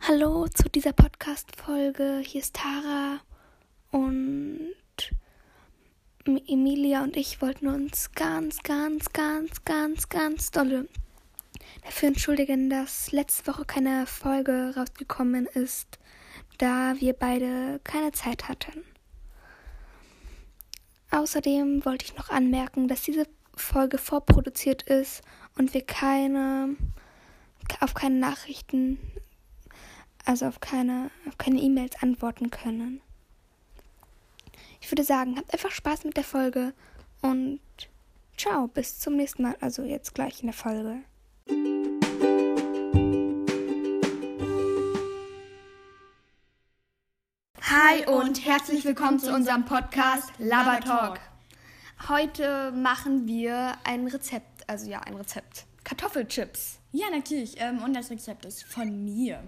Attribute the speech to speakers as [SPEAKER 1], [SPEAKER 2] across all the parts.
[SPEAKER 1] Hallo zu dieser Podcast-Folge. Hier ist Tara und M- Emilia und ich wollten uns ganz, ganz, ganz, ganz, ganz dolle dafür entschuldigen, dass letzte Woche keine Folge rausgekommen ist, da wir beide keine Zeit hatten. Außerdem wollte ich noch anmerken, dass diese Folge vorproduziert ist und wir keine auf keine Nachrichten also auf keine auf keine E-Mails antworten können. Ich würde sagen, habt einfach Spaß mit der Folge und ciao, bis zum nächsten Mal, also jetzt gleich in der Folge.
[SPEAKER 2] Hi und herzlich willkommen zu unserem Podcast Labertalk. Heute machen wir ein Rezept, also ja, ein Rezept. Kartoffelchips
[SPEAKER 3] Ja, natürlich. Ähm, und das Rezept ist von mir.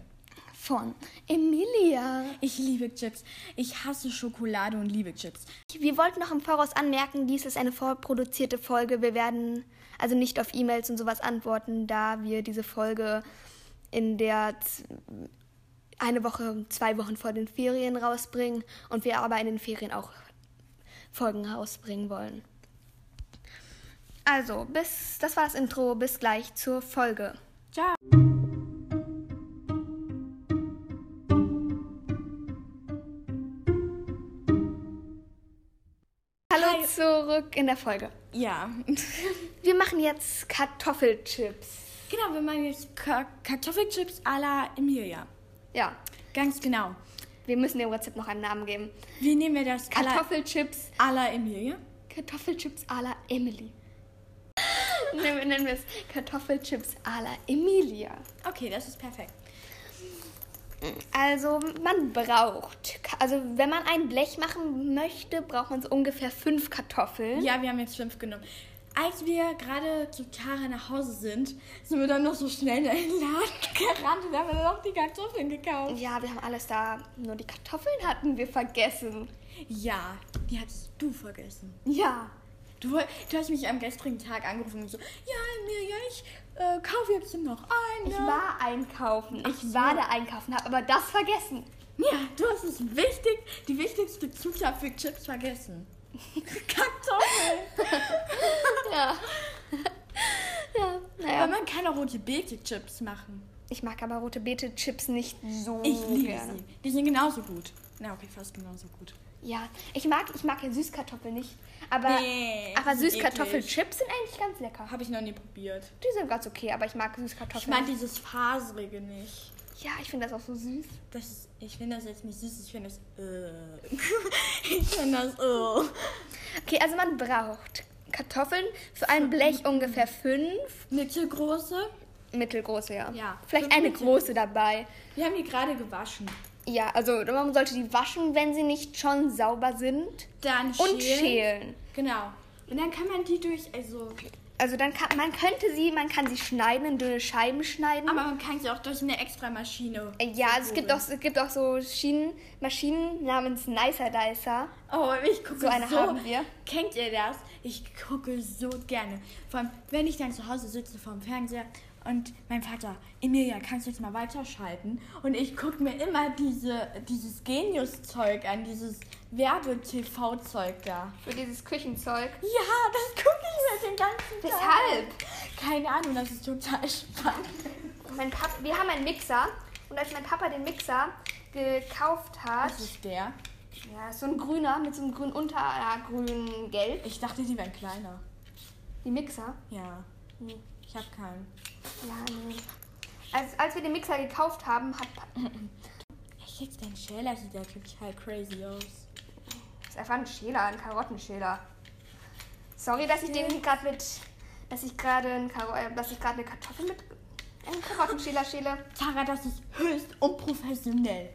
[SPEAKER 2] von Emilia.
[SPEAKER 3] Ich liebe Chips. Ich hasse Schokolade und liebe Chips.
[SPEAKER 2] Wir wollten noch im Voraus anmerken, dies ist eine vorproduzierte Folge. Wir werden also nicht auf E-Mails und sowas antworten, da wir diese Folge in der z- eine Woche, zwei Wochen vor den Ferien rausbringen und wir aber in den Ferien auch Folgen rausbringen wollen. Also, bis das war das Intro, bis gleich zur Folge.
[SPEAKER 3] Ciao.
[SPEAKER 2] Hallo
[SPEAKER 3] Hi.
[SPEAKER 2] zurück in der Folge.
[SPEAKER 3] Ja.
[SPEAKER 2] Wir machen jetzt Kartoffelchips.
[SPEAKER 3] genau, wir machen jetzt Ka Kartoffelchips à la Emilia.
[SPEAKER 2] Ja,
[SPEAKER 3] Ganz genau.
[SPEAKER 2] wir müssen dem Rezept noch einen Namen geben.
[SPEAKER 3] Wie nehmen wir das? À la-
[SPEAKER 2] Kartoffelchips,
[SPEAKER 3] À la Emilia?
[SPEAKER 2] Kartoffelchips à la Emily. nennen, nennen wir es Kartoffelchips à la Emilia.
[SPEAKER 3] Okay, das ist perfekt.
[SPEAKER 2] Also man braucht, also wenn man ein Blech machen möchte, braucht man so ungefähr fünf Kartoffeln.
[SPEAKER 3] Ja, wir haben jetzt fünf genommen. Als wir gerade zu Tara nach Hause sind, sind wir dann noch so schnell in den Laden gerannt und haben dann noch die Kartoffeln gekauft.
[SPEAKER 2] Ja, wir haben alles da, nur die Kartoffeln hatten wir vergessen.
[SPEAKER 3] Ja, die hattest du vergessen.
[SPEAKER 2] Ja.
[SPEAKER 3] Du, woll- du hast mich am gestrigen Tag angerufen und so, ja, Emilia, ich äh, kaufe jetzt noch eine.
[SPEAKER 2] Ich war einkaufen. Ich war da einkaufen, habe aber das vergessen.
[SPEAKER 3] ja, du hast es wichtig, die wichtigste Zutat für Chips vergessen. Kartoffeln.
[SPEAKER 2] Ja. ja,
[SPEAKER 3] Aber
[SPEAKER 2] naja.
[SPEAKER 3] man kann auch rote Beete Chips machen.
[SPEAKER 2] Ähm, Ich mag aber rote Beete Chips nicht so
[SPEAKER 3] Ich liebe
[SPEAKER 2] gerne.
[SPEAKER 3] sie. Die sind genauso gut. Na, okay, fast genauso gut.
[SPEAKER 2] Ja, ich mag, ich mag ja Süßkartoffeln nicht, aber
[SPEAKER 3] Nee,
[SPEAKER 2] aber
[SPEAKER 3] die sind
[SPEAKER 2] Süßkartoffelchips sind eigentlich ganz lecker.
[SPEAKER 3] Habe ich noch nie probiert.
[SPEAKER 2] Die sind ganz okay, aber ich mag
[SPEAKER 3] Ich
[SPEAKER 2] Süßkartoffeln.
[SPEAKER 3] mag dieses Faserige nicht.
[SPEAKER 2] ja, ich finde das auch so süß.
[SPEAKER 3] Das ist, ich finde das jetzt nicht süß, ich finde das. Äh. ich finde das. Äh.
[SPEAKER 2] Okay, also man braucht Kartoffeln für ein Blech ungefähr fünf
[SPEAKER 3] Mittelgroße.
[SPEAKER 2] mittelgroße, ja.
[SPEAKER 3] Ja,
[SPEAKER 2] Vielleicht
[SPEAKER 3] fünf
[SPEAKER 2] eine
[SPEAKER 3] mittel-
[SPEAKER 2] große dabei.
[SPEAKER 3] Wir haben die gerade gewaschen.
[SPEAKER 2] Ja, also man sollte die waschen, wenn sie nicht schon sauber sind
[SPEAKER 3] Dann
[SPEAKER 2] und schälen.
[SPEAKER 3] Genau. Und dann kann man die durch, also.
[SPEAKER 2] Also dann kann man könnte sie, man kann sie schneiden, in dünne Scheiben schneiden.
[SPEAKER 3] Aber man kann sie auch durch eine extra Maschine.
[SPEAKER 2] ja, also es gibt auch
[SPEAKER 3] verkurbeln.
[SPEAKER 2] es gibt auch so Schienen, Maschinen namens Nicer Dicer.
[SPEAKER 3] Oh, ich gucke
[SPEAKER 2] So eine
[SPEAKER 3] so
[SPEAKER 2] haben wir.
[SPEAKER 3] Kennt ihr das? Ich gucke so gerne. Vor allem, wenn ich dann zu Hause sitze vorm Fernseher und mein Vater, Emilia, kannst du jetzt mal weiterschalten? Und ich gucke mir immer diese, dieses Genius-Zeug an, dieses Werbe-TV-Zeug da.
[SPEAKER 2] Für dieses Küchenzeug.
[SPEAKER 3] Ja, das gucke ich mir den ganzen Tag.
[SPEAKER 2] Weshalb?
[SPEAKER 3] an. Keine Ahnung, das ist total spannend.
[SPEAKER 2] Mein Pap wir haben einen Mixer und als mein Papa den Mixer gekauft hat,
[SPEAKER 3] Das ist der.
[SPEAKER 2] ja, so ein grüner mit so einem grünen Unter, ja, grün gelb,
[SPEAKER 3] Ich dachte, die wären kleiner.
[SPEAKER 2] die Mixer.
[SPEAKER 3] Ja.
[SPEAKER 2] Nee.
[SPEAKER 3] Ich habe keinen.
[SPEAKER 2] Ja, nee. Als, als wir den Mixer gekauft haben, hat Pa-
[SPEAKER 3] Echt jetzt dein Schäler sieht ja total crazy aus.
[SPEAKER 2] Das ist einfach ein Schäler, ein Karottenschäler. Sorry, dass ich den gerade mit. Dass ich gerade ein Karo- äh, dass ich gerade eine Kartoffel mit einem Karottenschäler schäle.
[SPEAKER 3] Tara, das ist höchst unprofessionell.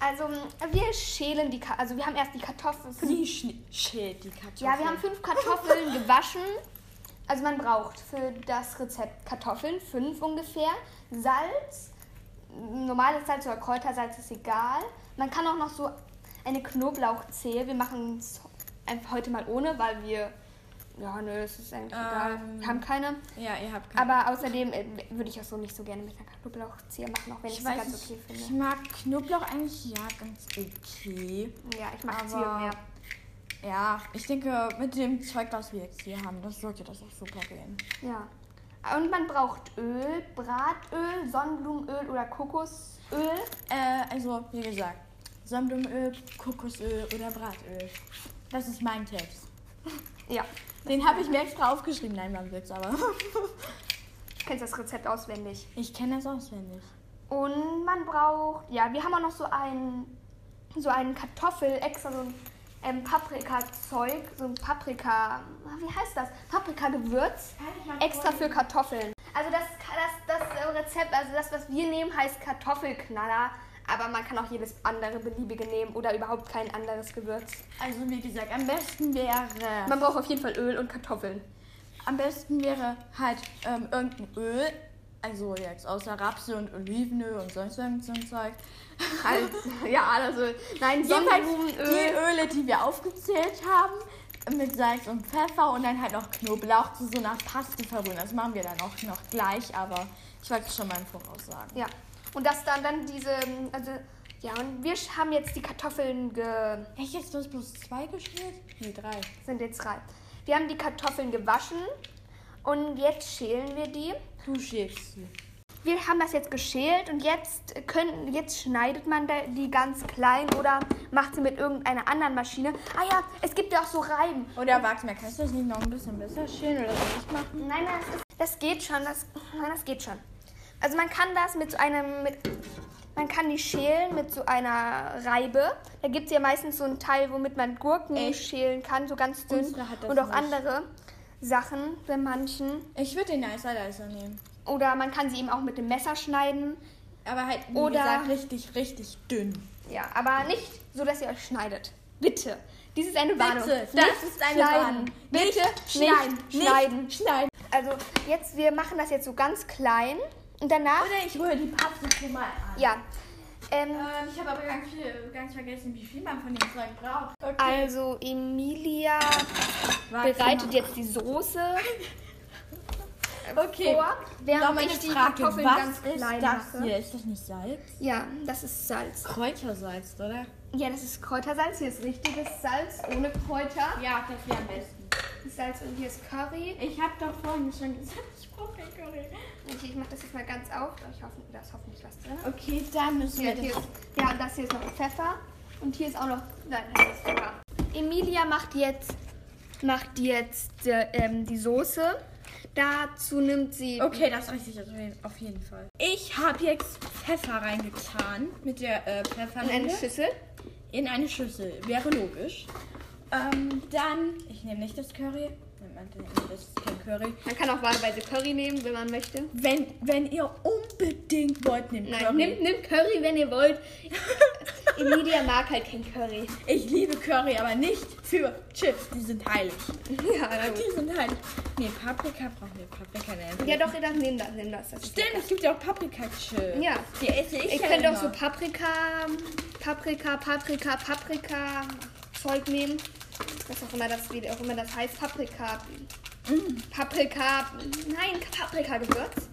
[SPEAKER 2] Also, mh, wir schälen die Ka Also, wir haben erst die Kartoffeln.
[SPEAKER 3] Sie schn- schält die Kartoffel.
[SPEAKER 2] Ja, wir haben fünf Kartoffeln gewaschen. Also, man braucht für das Rezept Kartoffeln, fünf ungefähr. Salz, normales Salz oder Kräutersalz ist egal. Man kann auch noch so eine Knoblauchzehe. Wir machen es heute mal ohne, weil wir Ja, nö, es ist eigentlich
[SPEAKER 3] Ähm,
[SPEAKER 2] egal. Wir haben keine.
[SPEAKER 3] Ja, ihr habt keine.
[SPEAKER 2] Aber außerdem äh, würde ich auch so nicht so gerne mit einer Knoblauchzehe machen, auch wenn ich,
[SPEAKER 3] ich
[SPEAKER 2] sie
[SPEAKER 3] weiß
[SPEAKER 2] ganz
[SPEAKER 3] nicht,
[SPEAKER 2] okay finde.
[SPEAKER 3] ich mag Knoblauch eigentlich ja ganz okay.
[SPEAKER 2] ja, ich mag
[SPEAKER 3] aber-
[SPEAKER 2] Zehe mehr.
[SPEAKER 3] Ja, ich denke, mit dem Zeug, was wir jetzt hier haben, das sollte das auch super gehen.
[SPEAKER 2] Ja. Und man braucht Öl, Bratöl, Sonnenblumenöl oder Kokosöl.
[SPEAKER 3] Äh, also, wie gesagt, Sonnenblumenöl, Kokosöl oder Bratöl. Das ist mein Text.
[SPEAKER 2] Ja.
[SPEAKER 3] Den habe ich mir extra aufgeschrieben. Nein, war ein Witz, aber
[SPEAKER 2] Du kennst das Rezept auswendig.
[SPEAKER 3] ich kenne das auswendig.
[SPEAKER 2] Und man braucht, ja, wir haben auch noch so einen, so einen Kartoffel, extra so ein ähm, Paprika-Zeug, so ein Paprika, ah, wie heißt das? Paprika-Gewürz, extra für Kartoffeln. Also das, das, das äh, Rezept, also das, was wir nehmen, heißt Kartoffelknaller, aber man kann auch jedes andere beliebige nehmen oder überhaupt kein anderes Gewürz.
[SPEAKER 3] Also, wie gesagt, am besten wäre...
[SPEAKER 2] Man braucht auf jeden Fall Öl und Kartoffeln.
[SPEAKER 3] Am besten wäre halt ähm, irgendein Öl, also jetzt außer Rapsöl und Olivenöl und sonst irgend so ein Zeug.
[SPEAKER 2] Halt, ja, also, nein,
[SPEAKER 3] Jedenfalls
[SPEAKER 2] Sonnenblumenöl.
[SPEAKER 3] die Öle, die wir aufgezählt haben, mit Salz und Pfeffer und dann halt noch Knoblauch zu so einer Paste verrühren. Das machen wir dann auch noch gleich, aber ich wollte es schon mal im Voraus sagen.
[SPEAKER 2] Ja. Und das dann dann diese, also ja, und wir sch- haben jetzt die Kartoffeln ge
[SPEAKER 3] Echt jetzt, du hast bloß zwei geschält? Nee, drei.
[SPEAKER 2] sind jetzt drei. Wir haben die Kartoffeln gewaschen und jetzt schälen wir die.
[SPEAKER 3] Du schälst sie.
[SPEAKER 2] Wir haben das jetzt geschält und jetzt können jetzt schneidet man da- die ganz klein oder macht sie mit irgendeiner anderen Maschine. Ah ja, es gibt ja auch so Reiben.
[SPEAKER 3] Oder warte mal, kannst du das nicht noch ein bisschen besser schälen oder soll ich machen?
[SPEAKER 2] Nein, nein, das, ist, das geht schon. Das, nein, das geht schon. Also man kann das mit so einem, mit, man kann die schälen mit so einer Reibe. Da gibt es ja meistens so ein Teil, womit man Gurken
[SPEAKER 3] Echt?
[SPEAKER 2] schälen kann, so ganz dünn.
[SPEAKER 3] Unsere hat das
[SPEAKER 2] Und auch
[SPEAKER 3] nicht.
[SPEAKER 2] andere Sachen bei manchen.
[SPEAKER 3] Ich würde den Nicer Dicer nehmen.
[SPEAKER 2] Oder man kann sie eben auch mit dem Messer schneiden.
[SPEAKER 3] Aber halt, wie
[SPEAKER 2] Oder-
[SPEAKER 3] gesagt, richtig, richtig dünn.
[SPEAKER 2] Ja, aber nicht so, dass ihr euch schneidet. Bitte. Dies ist eine Warnung.
[SPEAKER 3] Bitte, das
[SPEAKER 2] Nicht
[SPEAKER 3] ist eine
[SPEAKER 2] schneiden.
[SPEAKER 3] Warnung.
[SPEAKER 2] Bitte
[SPEAKER 3] Nicht
[SPEAKER 2] schneiden.
[SPEAKER 3] nicht
[SPEAKER 2] schneiden.
[SPEAKER 3] schneiden.
[SPEAKER 2] Also jetzt, wir machen das jetzt so ganz klein. Und danach,
[SPEAKER 3] Oder ich rühre die Paste schon mal an.
[SPEAKER 2] ja. Ähm,
[SPEAKER 3] Ähm, ich habe aber ganz, viel, ganz vergessen, wie viel man von dem Zeug braucht.
[SPEAKER 2] Also Emilia
[SPEAKER 3] Warte
[SPEAKER 2] bereitet
[SPEAKER 3] mal.
[SPEAKER 2] jetzt die Soße
[SPEAKER 3] Okay.
[SPEAKER 2] vor,
[SPEAKER 3] Noch
[SPEAKER 2] während
[SPEAKER 3] meine
[SPEAKER 2] ich die
[SPEAKER 3] Frage,
[SPEAKER 2] Kartoffeln
[SPEAKER 3] was
[SPEAKER 2] ganz
[SPEAKER 3] ist
[SPEAKER 2] klein
[SPEAKER 3] das
[SPEAKER 2] mache.
[SPEAKER 3] hier? Ist das nicht Salz?
[SPEAKER 2] Ja, das ist Salz.
[SPEAKER 3] Kräutersalz, oder?
[SPEAKER 2] Ja, das ist Kräutersalz. Hier ist richtiges Salz ohne Kräuter.
[SPEAKER 3] Ja, das wäre am besten.
[SPEAKER 2] Salz und hier ist Curry.
[SPEAKER 3] Ich habe doch vorhin schon gesagt, ich brauche kein Curry.
[SPEAKER 2] Okay, ich mache das jetzt mal ganz auf. Ich hoffe, da ist hoffentlich was drin.
[SPEAKER 3] Okay, dann müssen
[SPEAKER 2] Ja,
[SPEAKER 3] wir
[SPEAKER 2] hier
[SPEAKER 3] das.
[SPEAKER 2] ist, ja, und das hier ist noch Pfeffer. Und hier ist auch noch. Nein, das ist Pfeffer. Emilia macht jetzt, macht jetzt äh, ähm, die Soße. Dazu nimmt sie.
[SPEAKER 3] Okay, das reicht sich auf jeden- auf jeden Fall. Ich habe jetzt Pfeffer reingetan mit der äh,
[SPEAKER 2] in
[SPEAKER 3] Pfeffermühle.
[SPEAKER 2] eine Schüssel.
[SPEAKER 3] In eine Schüssel, wäre logisch. Ähm, dann, ich nehme nicht das Curry. Nimmt man denn- Das ist kein Curry.
[SPEAKER 2] Man kann auch wahlweise Curry nehmen, wenn man möchte.
[SPEAKER 3] Wenn, wenn ihr unbedingt wollt, nehmt
[SPEAKER 2] Nein,
[SPEAKER 3] Curry.
[SPEAKER 2] nimmt nimmt Curry, wenn ihr wollt. Emilia mag halt kein Curry.
[SPEAKER 3] Ich liebe Curry, aber nicht für Chips. Die sind heilig.
[SPEAKER 2] Ja, na gut.
[SPEAKER 3] Die sind heilig. Nee, Paprika brauchen wir. Paprika nehmen.
[SPEAKER 2] ja doch, das nimm das, nimm das. das ist
[SPEAKER 3] Stimmt, es gibt ja auch Paprika-Chips.
[SPEAKER 2] Ja.
[SPEAKER 3] Die esse ich
[SPEAKER 2] Ich
[SPEAKER 3] ja
[SPEAKER 2] könnte auch
[SPEAKER 3] immer.
[SPEAKER 2] so Paprika, Paprika, Paprika, Paprika Zeug nehmen. Was auch immer das, wie auch immer das heißt. Paprika.
[SPEAKER 3] Mhm.
[SPEAKER 2] Paprika. Nein, Paprika-Gewürz.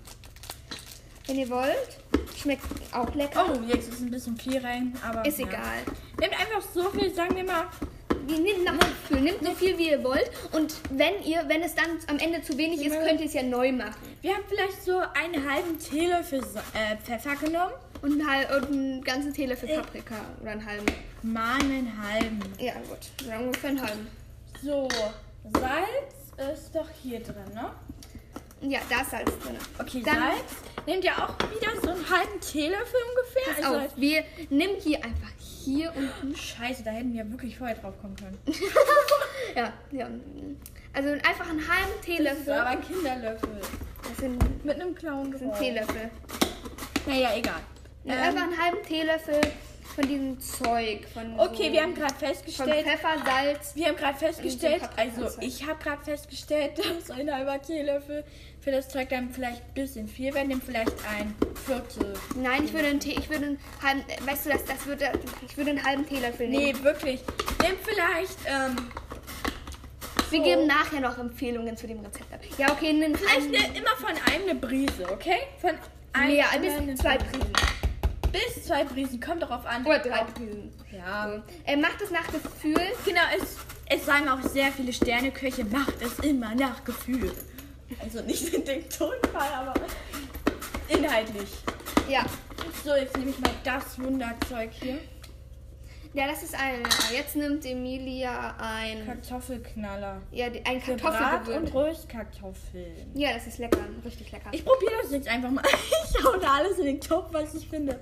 [SPEAKER 2] Wenn ihr wollt. Schmeckt auch lecker.
[SPEAKER 3] Oh, jetzt ist ein bisschen viel rein, aber.
[SPEAKER 2] Ist
[SPEAKER 3] Oh, ja.
[SPEAKER 2] egal.
[SPEAKER 3] Nehmt einfach so viel, sagen wir mal.
[SPEAKER 2] Wie, nehmt nach Gefühl, nehmt so viel wie ihr wollt. Und wenn ihr, wenn es dann am Ende zu wenig ist, könnt ihr es ja neu machen.
[SPEAKER 3] Wir haben vielleicht so einen halben Teelöffel äh, Pfeffer genommen.
[SPEAKER 2] Und einen, hal- und einen ganzen Teelöffel Paprika oder einen halben.
[SPEAKER 3] Mal einen halben.
[SPEAKER 2] Ja gut, dann ungefähr einen halben.
[SPEAKER 3] So, Salz ist doch hier drin, ne?
[SPEAKER 2] Ja, da ist Salz drin.
[SPEAKER 3] Okay,
[SPEAKER 2] Dann-
[SPEAKER 3] Salz. Nehmt ihr auch wieder so einen halben Teelöffel ungefähr?
[SPEAKER 2] Pass
[SPEAKER 3] Also, hm,
[SPEAKER 2] auf, wir nehmen hier einfach hier unten.
[SPEAKER 3] Scheiße, da hätten wir wirklich vorher drauf kommen können.
[SPEAKER 2] Ja, ja. Also einfach einen halben
[SPEAKER 3] Das war aber
[SPEAKER 2] Teelöffel.
[SPEAKER 3] ein Kinderlöffel.
[SPEAKER 2] Das sind, das
[SPEAKER 3] Mit einem Clown
[SPEAKER 2] sind Teelöffel.
[SPEAKER 3] Naja, egal.
[SPEAKER 2] Ja, Einfach einen halben Teelöffel von diesem Zeug. Von
[SPEAKER 3] Okay,
[SPEAKER 2] so,
[SPEAKER 3] wir haben gerade
[SPEAKER 2] Also, von Also,
[SPEAKER 3] festgestellt.
[SPEAKER 2] Pfeffer, Salz.
[SPEAKER 3] Wir haben gerade festgestellt,
[SPEAKER 2] Und so ein paar
[SPEAKER 3] also ich habe gerade festgestellt, dass ein halber Teelöffel für das Zeug dann vielleicht ein bisschen viel wäre, nehmt vielleicht ein Viertel.
[SPEAKER 2] Nein, ich würde einen Tee, ich würde einen halben, äh, weißt du, das, das würde, ich würde einen halben Teelöffel nehmen.
[SPEAKER 3] Nee, wirklich. Nehmt vielleicht ähm,
[SPEAKER 2] Wir geben nachher noch Empfehlungen zu dem Rezept ab. Ja, okay, nimm
[SPEAKER 3] Vielleicht ne, immer von einem eine Brise, okay? Von einem
[SPEAKER 2] mehr,
[SPEAKER 3] oder
[SPEAKER 2] bis
[SPEAKER 3] eine
[SPEAKER 2] zwei
[SPEAKER 3] Brise.
[SPEAKER 2] Prisen.
[SPEAKER 3] Bis zwei Brisen, kommt darauf an.
[SPEAKER 2] Oder drei Prisen.
[SPEAKER 3] Ja.
[SPEAKER 2] Äh, macht es nach Gefühl.
[SPEAKER 3] Genau, es, es sagen auch sehr viele Sterneköche, macht es immer nach Gefühl. Also nicht in dem Tonfall, aber inhaltlich.
[SPEAKER 2] Ja.
[SPEAKER 3] So, jetzt nehme ich mal das Wunderzeug hier.
[SPEAKER 2] Ja, das ist ein. Jetzt nimmt Emilia ein.
[SPEAKER 3] Kartoffelknaller.
[SPEAKER 2] Ja, die- ein
[SPEAKER 3] Gebrat und
[SPEAKER 2] Kartoffelgewürz.
[SPEAKER 3] Röstkartoffeln.
[SPEAKER 2] Ja, das ist lecker. Richtig lecker.
[SPEAKER 3] Ich probiere das jetzt einfach mal. Ich hau da alles in den Topf, was ich finde.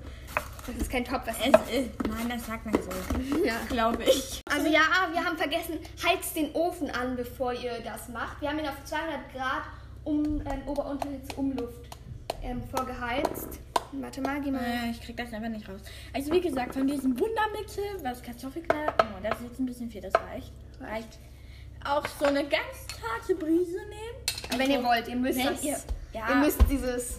[SPEAKER 2] Das ist kein Top, was.
[SPEAKER 3] Es ist. Nein, das sagt man so.
[SPEAKER 2] Ja.
[SPEAKER 3] Glaube ich.
[SPEAKER 2] Also ja, wir haben vergessen, heizt den Ofen an, bevor ihr das macht. Wir haben ihn auf 200 Grad um ähm, Ober- und Unterhitze Umluft ähm, vorgeheizt. Warte mal, geh mal.
[SPEAKER 3] Äh, Ich krieg das einfach nicht raus. Also wie gesagt, von diesem Wundermittel, was Kartoffelknall, oh, das ist jetzt ein bisschen viel, das reicht. Reicht. Auch so eine ganz zarte Brise nehmen.
[SPEAKER 2] Äh, wenn ihr wollt, Also, ne, ihr müsst
[SPEAKER 3] Wenn
[SPEAKER 2] das.
[SPEAKER 3] ihr, ja,
[SPEAKER 2] ihr müsst dieses.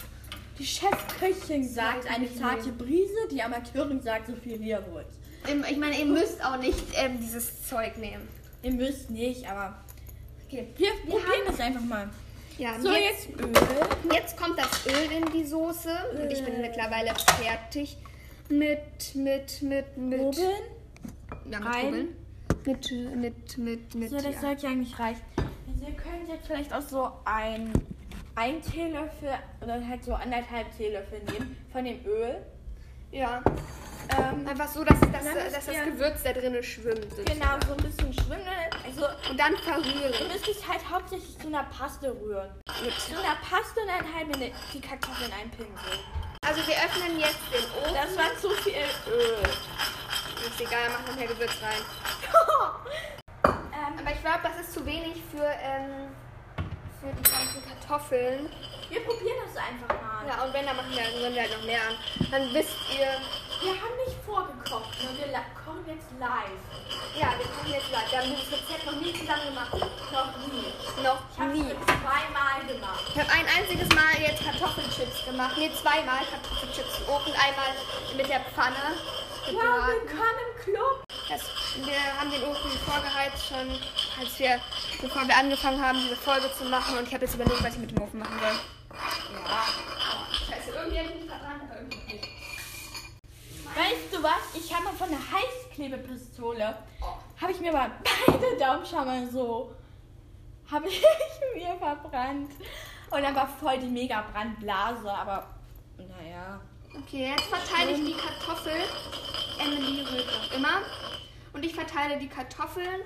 [SPEAKER 3] die Chefköchin sagt
[SPEAKER 2] Nein,
[SPEAKER 3] eine
[SPEAKER 2] nicht
[SPEAKER 3] zarte Brise, die Amateurin sagt so viel wie ihr wollt.
[SPEAKER 2] ähm, Ich meine, ihr müsst auch nicht ähm, dieses Zeug nehmen.
[SPEAKER 3] Ihr müsst nicht, aber
[SPEAKER 2] Okay.
[SPEAKER 3] wir probieren
[SPEAKER 2] haben-
[SPEAKER 3] das einfach mal.
[SPEAKER 2] Ja,
[SPEAKER 3] So,
[SPEAKER 2] jetzt,
[SPEAKER 3] jetzt Öl.
[SPEAKER 2] jetzt kommt das Öl in die Soße und ich bin mittlerweile fertig mit mit mit mit
[SPEAKER 3] Oben.
[SPEAKER 2] ja, mit,
[SPEAKER 3] rein.
[SPEAKER 2] Kugeln. mit mit mit mit
[SPEAKER 3] So, das
[SPEAKER 2] ja.
[SPEAKER 3] sollte ja eigentlich reichen. Also ihr könnt jetzt vielleicht auch so ein, ein Teelöffel oder halt so anderthalb Teelöffel nehmen von dem Öl.
[SPEAKER 2] ja.
[SPEAKER 3] Ähm,
[SPEAKER 2] Einfach so, dass, dass,
[SPEAKER 3] Dann ist
[SPEAKER 2] dass das
[SPEAKER 3] ihr-
[SPEAKER 2] Gewürz da drinnen schwimmt.
[SPEAKER 3] genau, so ein bisschen schwimmen. Also
[SPEAKER 2] Und dann
[SPEAKER 3] ihr
[SPEAKER 2] verrühren.
[SPEAKER 3] müsst es halt hauptsächlich zu einer Paste rühren. Zu einer Paste und dann halt mit die Kartoffeln einpinseln.
[SPEAKER 2] Also wir öffnen jetzt den Ofen.
[SPEAKER 3] Das war zu viel Öl.
[SPEAKER 2] Ist egal, machen nachher Gewürz rein.
[SPEAKER 3] Ähm,
[SPEAKER 2] Aber ich glaube, das ist zu wenig für, ähm, für die ganzen Kartoffeln.
[SPEAKER 3] wir probieren das einfach mal.
[SPEAKER 2] Ja, und wenn, dann machen wir, rühren wir halt noch mehr an. Dann wisst ihr,
[SPEAKER 3] Wir haben nicht vorgekocht, sondern wir la- kochen jetzt live.
[SPEAKER 2] ja, wir kochen jetzt gleich. Wir haben dieses Rezept noch nie zusammen gemacht.
[SPEAKER 3] Noch nie. Ich
[SPEAKER 2] Noch
[SPEAKER 3] habe
[SPEAKER 2] nie.
[SPEAKER 3] es zweimal gemacht.
[SPEAKER 2] Ich habe ein einziges Mal jetzt Kartoffelchips gemacht. Nee, zweimal Kartoffelchips im Ofen. Einmal mit der Pfanne.
[SPEAKER 3] Wow,
[SPEAKER 2] gebraten.
[SPEAKER 3] willkommen im Club.
[SPEAKER 2] Das, wir haben den Ofen vorgeheizt schon, als wir, bevor wir angefangen haben, diese Folge zu machen. Und ich habe jetzt überlegt, was ich mit dem Ofen machen soll. Scheiße, irgendwie hat mich verbrannt, aber irgendwie nicht.
[SPEAKER 3] Weißt du was? Ich habe mal von der Heißklebepistole,
[SPEAKER 2] Oh.
[SPEAKER 3] habe ich mir mal beide Daumenschammer so, habe ich mir verbrannt. Und dann war voll die mega Brandblase, aber naja.
[SPEAKER 2] Okay, jetzt verteile ich die Kartoffel. Emily rührt noch immer. Und ich verteile die Kartoffeln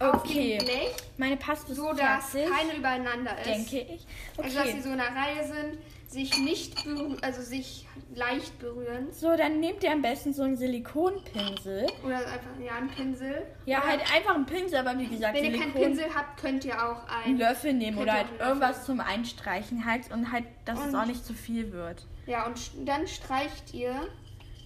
[SPEAKER 2] auf
[SPEAKER 3] Okay.
[SPEAKER 2] dem Blech,
[SPEAKER 3] Meine Paste ist
[SPEAKER 2] so dass
[SPEAKER 3] fertig,
[SPEAKER 2] keine übereinander ist.
[SPEAKER 3] denke ich.
[SPEAKER 2] Also dass sie
[SPEAKER 3] Okay.
[SPEAKER 2] so in einer Reihe sind, sich nicht berühren, also sich leicht berühren.
[SPEAKER 3] So, dann nehmt ihr am besten so einen Silikonpinsel.
[SPEAKER 2] Oder einfach ja, einen Pinsel.
[SPEAKER 3] Ja,
[SPEAKER 2] Oder
[SPEAKER 3] halt einfach einen Pinsel, aber wie gesagt,
[SPEAKER 2] Wenn ihr keinen
[SPEAKER 3] Silikon-
[SPEAKER 2] Pinsel habt, könnt ihr auch
[SPEAKER 3] einen
[SPEAKER 2] einen.
[SPEAKER 3] Löffel nehmen oder halt
[SPEAKER 2] Könnt ihr auch einen
[SPEAKER 3] irgendwas zum Einstreichen halt und halt, dass es
[SPEAKER 2] Und-
[SPEAKER 3] auch nicht zu viel wird.
[SPEAKER 2] Ja, und sch- dann streicht ihr.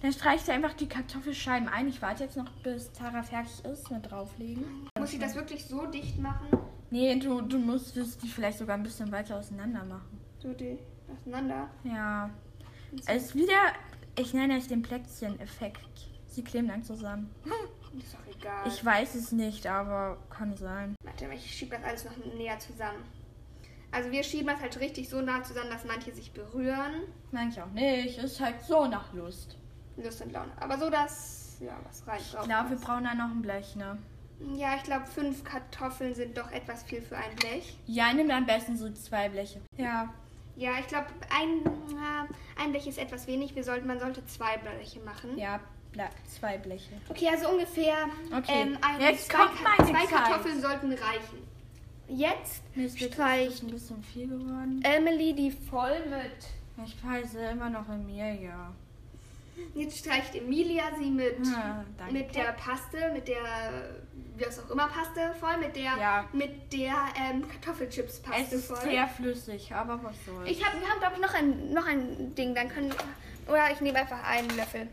[SPEAKER 3] Dann streicht ihr einfach die Kartoffelscheiben ein. Ich warte jetzt noch, bis Tara fertig ist mit drauflegen.
[SPEAKER 2] Muss ich das wirklich so dicht machen?
[SPEAKER 3] Nee, du, du musstest die vielleicht sogar ein bisschen weiter auseinander machen.
[SPEAKER 2] So die auseinander.
[SPEAKER 3] Ja. Es ist wieder, ich nenne es den Plätzchen-Effekt. Sie kleben dann zusammen.
[SPEAKER 2] Ist doch egal.
[SPEAKER 3] Ich weiß es nicht, aber kann sein.
[SPEAKER 2] Warte mal, ich schiebe das alles noch näher zusammen. Also wir schieben das halt richtig so nah zusammen, dass manche sich berühren.
[SPEAKER 3] Nein, ich auch nicht. Ist halt so nach Lust.
[SPEAKER 2] Lust und Laune. Aber so, dass ja was rein
[SPEAKER 3] Ich
[SPEAKER 2] drauf
[SPEAKER 3] glaube, wir
[SPEAKER 2] passt.
[SPEAKER 3] brauchen da noch ein Blech, ne?
[SPEAKER 2] Ja, ich glaube, fünf Kartoffeln sind doch etwas viel für ein Blech.
[SPEAKER 3] Ja, nimm am besten so zwei Bleche. Ja.
[SPEAKER 2] Ja, ich glaube, ein, na, ein Blech ist etwas wenig. Wir sollten, man sollte zwei Bleche machen.
[SPEAKER 3] Ja, Ble zwei Bleche.
[SPEAKER 2] Okay, also ungefähr
[SPEAKER 3] Okay.
[SPEAKER 2] ähm, ein,
[SPEAKER 3] Jetzt
[SPEAKER 2] zwei,
[SPEAKER 3] kommt
[SPEAKER 2] Ka-
[SPEAKER 3] meine
[SPEAKER 2] zwei
[SPEAKER 3] Zeit.
[SPEAKER 2] Kartoffeln sollten reichen. Jetzt
[SPEAKER 3] Mir ist jetzt
[SPEAKER 2] streicht
[SPEAKER 3] ein bisschen viel geworden.
[SPEAKER 2] Emily die voll mit.
[SPEAKER 3] Ich peise immer noch in mir, ja.
[SPEAKER 2] Jetzt streicht Emilia sie mit,
[SPEAKER 3] Ah, danke.
[SPEAKER 2] mit der Paste, mit der, was auch immer Paste voll, mit der,
[SPEAKER 3] Ja.
[SPEAKER 2] mit der ähm, Kartoffelchips-Paste
[SPEAKER 3] Es ist
[SPEAKER 2] voll.
[SPEAKER 3] sehr flüssig, aber was soll's.
[SPEAKER 2] Ich hab, wir haben, glaube ich, noch ein, noch ein Ding, dann können. Oder ich nehme einfach einen Löffel.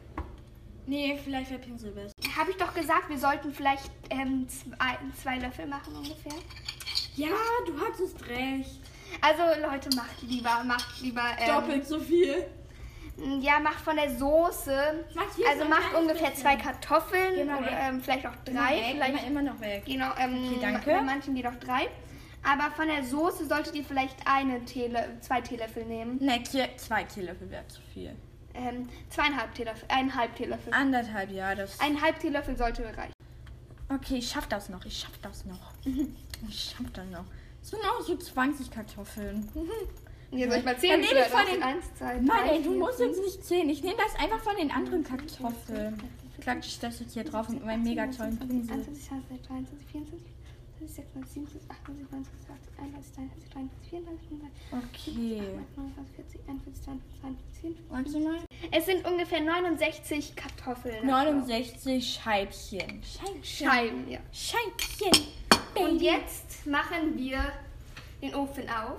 [SPEAKER 3] nee, vielleicht wäre Pinsel besser.
[SPEAKER 2] Habe ich doch gesagt, wir sollten vielleicht ähm, zwei, zwei Löffel machen ungefähr.
[SPEAKER 3] Ja, du hattest recht.
[SPEAKER 2] Also Leute, macht lieber, macht lieber. Ähm,
[SPEAKER 3] Doppelt so viel.
[SPEAKER 2] Ja, macht von der Soße.
[SPEAKER 3] Macht hier
[SPEAKER 2] also
[SPEAKER 3] so ein
[SPEAKER 2] macht
[SPEAKER 3] kleines
[SPEAKER 2] ungefähr
[SPEAKER 3] bisschen.
[SPEAKER 2] zwei Kartoffeln
[SPEAKER 3] Geh mal
[SPEAKER 2] oder
[SPEAKER 3] weg.
[SPEAKER 2] ähm, vielleicht auch
[SPEAKER 3] Immer
[SPEAKER 2] drei.
[SPEAKER 3] weg,
[SPEAKER 2] vielleicht
[SPEAKER 3] immer, immer noch weg.
[SPEAKER 2] Genau, ähm,
[SPEAKER 3] Okay, danke.
[SPEAKER 2] bei manchen geht auch drei. Aber von der Soße solltet ihr vielleicht eine Teele, zwei Teelöffel nehmen.
[SPEAKER 3] Ne, Ki- zwei Teelöffel wäre zu viel.
[SPEAKER 2] Ähm, zweieinhalb Teelöffel, eineinhalb Teelöffel.
[SPEAKER 3] Anderthalb, ja, das.
[SPEAKER 2] Eineinhalb Teelöffel sollte reichen.
[SPEAKER 3] Okay, ich schaff das noch, ich schaff das noch.
[SPEAKER 2] Mhm.
[SPEAKER 3] ich schaff das noch. Es sind auch so 20 Kartoffeln.
[SPEAKER 2] Hier soll ich mal
[SPEAKER 3] Dann
[SPEAKER 2] zählen.
[SPEAKER 3] nehme ich
[SPEAKER 2] Oder
[SPEAKER 3] von den-
[SPEAKER 2] Eins, zwei,
[SPEAKER 3] Mann,
[SPEAKER 2] drei,
[SPEAKER 3] ey, du
[SPEAKER 2] vier,
[SPEAKER 3] musst
[SPEAKER 2] fünf.
[SPEAKER 3] jetzt nicht zählen. Ich nehme das einfach von den anderen Kartoffeln. Klatsch ich das jetzt hier drauf mit meinem mega tollen Pinsel.
[SPEAKER 1] 21, 22, 23, 24, 26, 27, 28, 29, 30, 31, 32, 33, 34,
[SPEAKER 3] Okay.
[SPEAKER 1] 39, 40, 41, 42, 43, 44.
[SPEAKER 3] Warte mal.
[SPEAKER 2] Es sind ungefähr 69 Kartoffeln.
[SPEAKER 3] 69 Scheibchen. Scheibchen.
[SPEAKER 2] Scheiben, ja.
[SPEAKER 3] Scheibchen.
[SPEAKER 2] Und
[SPEAKER 3] Baby.
[SPEAKER 2] jetzt machen wir den Ofen auf.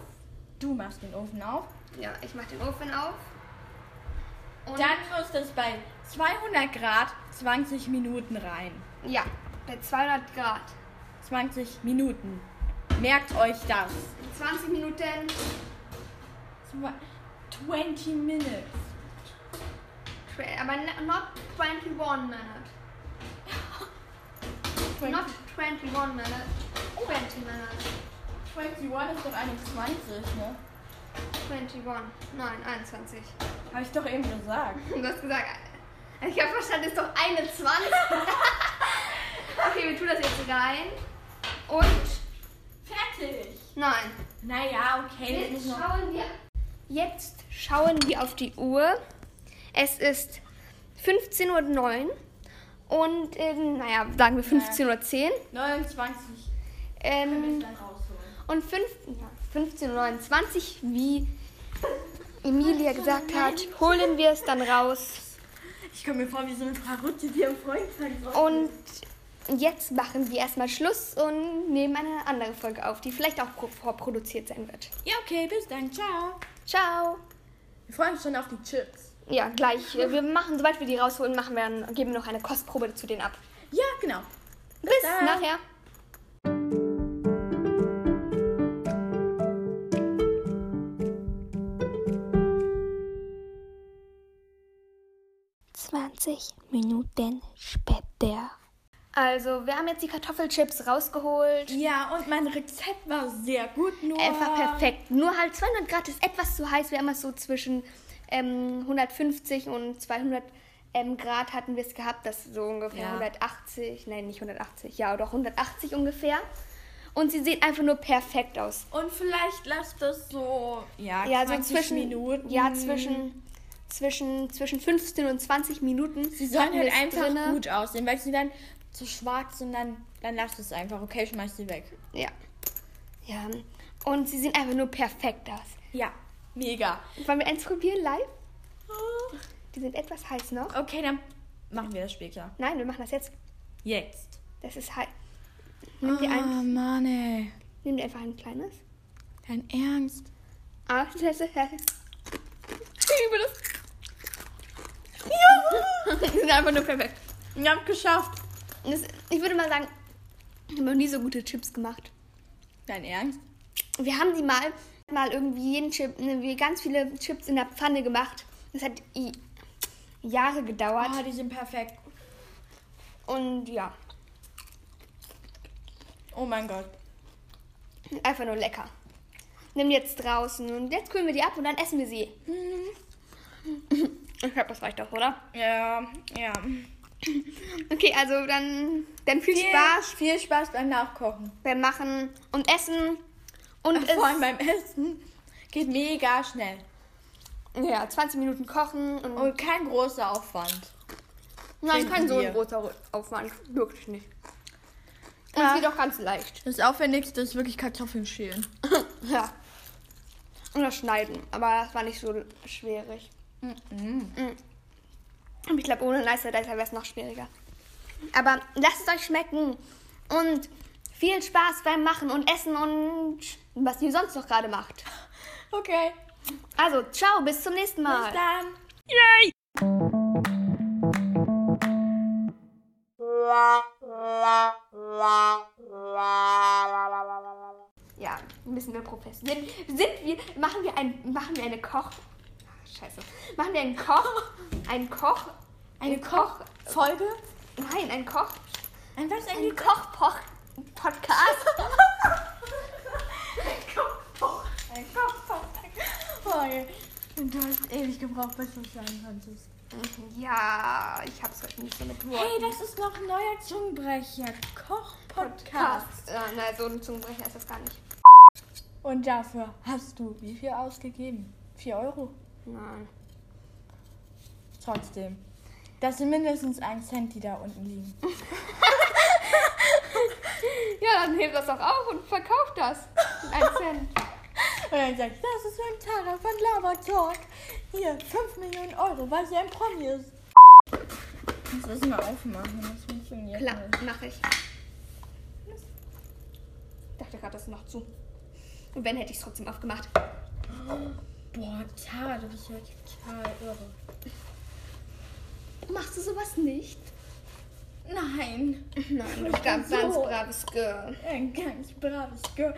[SPEAKER 3] Du machst den Ofen auf.
[SPEAKER 2] Ja, ich mache den Ofen auf. Und
[SPEAKER 3] Dann muss das bei 200 Grad 20 Minuten rein.
[SPEAKER 2] ja, bei 200 Grad.
[SPEAKER 3] 20 Minuten. Merkt euch das.
[SPEAKER 2] 20 Minuten.
[SPEAKER 3] Zwa- 20 Minutes.
[SPEAKER 2] Tra- Aber n- not 21 minute. Not 21 minute. 20 minute.
[SPEAKER 3] 21 ist doch 21, ne?
[SPEAKER 2] 21. Nein, 21.
[SPEAKER 3] Habe ich doch eben gesagt.
[SPEAKER 2] Du hast gesagt, äh, ich habe verstanden, ist doch 21. okay, wir tun das jetzt rein. Und
[SPEAKER 3] Fertig.
[SPEAKER 2] nein.
[SPEAKER 3] Naja, okay. das
[SPEAKER 2] Jetzt
[SPEAKER 3] muss noch-
[SPEAKER 2] schauen wir. Jetzt schauen wir auf die Uhr. Es ist 15.09 Uhr und, ähm, naja, sagen wir 15.10 Uhr.
[SPEAKER 3] 29
[SPEAKER 2] Ähm,
[SPEAKER 3] dann rausholen.
[SPEAKER 2] Und fünf- ja, 1529, wie Emilia gesagt hat, holen wir es dann raus.
[SPEAKER 3] Ich komme mir vor wie so eine Verrückte, die am Freund sein soll.
[SPEAKER 2] Und jetzt machen wir erstmal Schluss und nehmen eine andere Folge auf, die vielleicht auch pro- vorproduziert sein wird.
[SPEAKER 3] Ja, okay, bis dann. Ciao.
[SPEAKER 2] Ciao!
[SPEAKER 3] Wir freuen uns schon auf die Chips.
[SPEAKER 2] Ja, gleich. äh, Wir machen, sobald wir die rausholen, machen wir dann, geben wir noch eine Kostprobe zu denen ab.
[SPEAKER 3] Ja, genau.
[SPEAKER 2] Bis
[SPEAKER 3] dann.
[SPEAKER 2] nachher!
[SPEAKER 1] Minuten später.
[SPEAKER 2] Also, wir haben jetzt die Kartoffelchips rausgeholt.
[SPEAKER 3] Ja, und mein Rezept war sehr gut, nur.
[SPEAKER 2] Einfach perfekt. Nur halt 200 Grad ist etwas zu heiß. Wir haben es so zwischen ähm, 150 und 200 ähm, Grad hatten wir es gehabt. Das ist so ungefähr
[SPEAKER 3] Ja.
[SPEAKER 2] 180, nein, nicht 180, ja, doch 180 ungefähr. Und sie sehen einfach nur perfekt aus.
[SPEAKER 3] Und vielleicht lasst es so. Ja,
[SPEAKER 2] Ja, so
[SPEAKER 3] 20
[SPEAKER 2] zwischen
[SPEAKER 3] Minuten.
[SPEAKER 2] Ja, zwischen, zwischen, zwischen 15 und 20 Minuten.
[SPEAKER 3] Sie sollen
[SPEAKER 2] hatten
[SPEAKER 3] halt
[SPEAKER 2] wir es
[SPEAKER 3] einfach
[SPEAKER 2] drinne.
[SPEAKER 3] gut aussehen, weil sie dann zu schwarz und dann, dann lasst es einfach. Okay, schmeiß sie weg.
[SPEAKER 2] Ja. Ja. Und sie sehen einfach nur perfekt aus.
[SPEAKER 3] Ja, mega.
[SPEAKER 2] Wollen wir eins probieren live?
[SPEAKER 3] Oh.
[SPEAKER 2] Die sind etwas heiß noch.
[SPEAKER 3] Okay, dann machen wir das später.
[SPEAKER 2] Nein, wir machen das jetzt.
[SPEAKER 3] Jetzt.
[SPEAKER 2] Das ist heiß. Nimm dir, ein,
[SPEAKER 3] Ah, Mann, ey.
[SPEAKER 2] nimm dir einfach ein kleines.
[SPEAKER 3] Dein Ernst?
[SPEAKER 2] Ah, das ist heiß. Ich liebe das. Die sind einfach nur perfekt.
[SPEAKER 3] Ich hab's geschafft.
[SPEAKER 2] Und Das, ich würde mal sagen, wir haben noch nie so gute Chips gemacht.
[SPEAKER 3] Dein Ernst?
[SPEAKER 2] Wir haben die mal, mal irgendwie jeden Chip, ne, wir ganz viele Chips in der Pfanne gemacht. Das hat i- Jahre gedauert.
[SPEAKER 3] Ah, die sind perfekt.
[SPEAKER 2] Und ja,
[SPEAKER 3] Oh mein Gott.
[SPEAKER 2] einfach nur lecker. Nimm die jetzt draußen und jetzt kühlen wir die ab und dann essen wir sie. Ich glaube, das reicht doch, oder?
[SPEAKER 3] Ja, ja.
[SPEAKER 2] Okay, also dann, dann viel,
[SPEAKER 3] Viel
[SPEAKER 2] Spaß
[SPEAKER 3] Spaß, viel Spaß beim Nachkochen.
[SPEAKER 2] beim Machen und Essen. Und es,
[SPEAKER 3] Vor allem beim Essen. Geht mega schnell.
[SPEAKER 2] ja, 20 Minuten kochen und,
[SPEAKER 3] Und kein großer Aufwand.
[SPEAKER 2] nein, kein so
[SPEAKER 3] wir.
[SPEAKER 2] ein großer Aufwand. Wirklich nicht. Und
[SPEAKER 3] Ja.
[SPEAKER 2] es geht auch ganz leicht.
[SPEAKER 3] Das Aufwendigste ist wirklich Kartoffeln schälen.
[SPEAKER 2] Ja. Und das Schneiden. Aber das war nicht so schwierig. Mhm. Und ich glaube, ohne Nicer Dicer wäre es noch schwieriger. Aber lasst es euch schmecken. Und viel Spaß beim Machen und Essen und was ihr sonst noch gerade macht.
[SPEAKER 3] Okay.
[SPEAKER 2] Also, ciao, bis zum nächsten Mal.
[SPEAKER 3] Bis dann.
[SPEAKER 2] Ja, müssen wir professionell. Sind wir, machen wir, ein, machen wir eine Koch. Scheiße. Machen wir einen Koch. Einen Koch.
[SPEAKER 3] Eine
[SPEAKER 2] einen Koch.
[SPEAKER 3] Folge?
[SPEAKER 2] Nein, einen Koch.
[SPEAKER 3] Ein was
[SPEAKER 2] Einen
[SPEAKER 3] eigentlich?
[SPEAKER 2] Koch-Podcast.
[SPEAKER 3] Ein Und du hast ewig gebraucht, bis du es sagen konntest.
[SPEAKER 2] ja, ich hab's heute nicht so mit Worten.
[SPEAKER 3] Hey, das ist noch ein neuer Zungenbrecher. Koch-Podcast.
[SPEAKER 2] Podcast. Äh, nein, so ein Zungenbrecher ist das gar nicht.
[SPEAKER 3] Und dafür hast du wie viel ausgegeben? 4 Euro.
[SPEAKER 2] Nein.
[SPEAKER 3] Trotzdem. Das sind mindestens ein Cent, die da unten liegen.
[SPEAKER 2] Ja, dann hebt das doch auf und verkauft das. Ein Cent.
[SPEAKER 3] Und dann sag ich, das ist mein Tara von Lava Talk. Hier, 5 Millionen Euro, weil sie ein Promi ist. Das müssen wir aufmachen, das funktioniert
[SPEAKER 2] Klar, mache ich. Ich dachte gerade, das ist noch zu. Und wenn, hätte ich es trotzdem aufgemacht.
[SPEAKER 3] Boah, Tara, du bist ja total irre.
[SPEAKER 2] Machst du sowas nicht?
[SPEAKER 3] Nein,
[SPEAKER 2] Nein, du bist ganz,
[SPEAKER 3] so.
[SPEAKER 2] ganz braves Girl.
[SPEAKER 3] ein ganz braves Girl.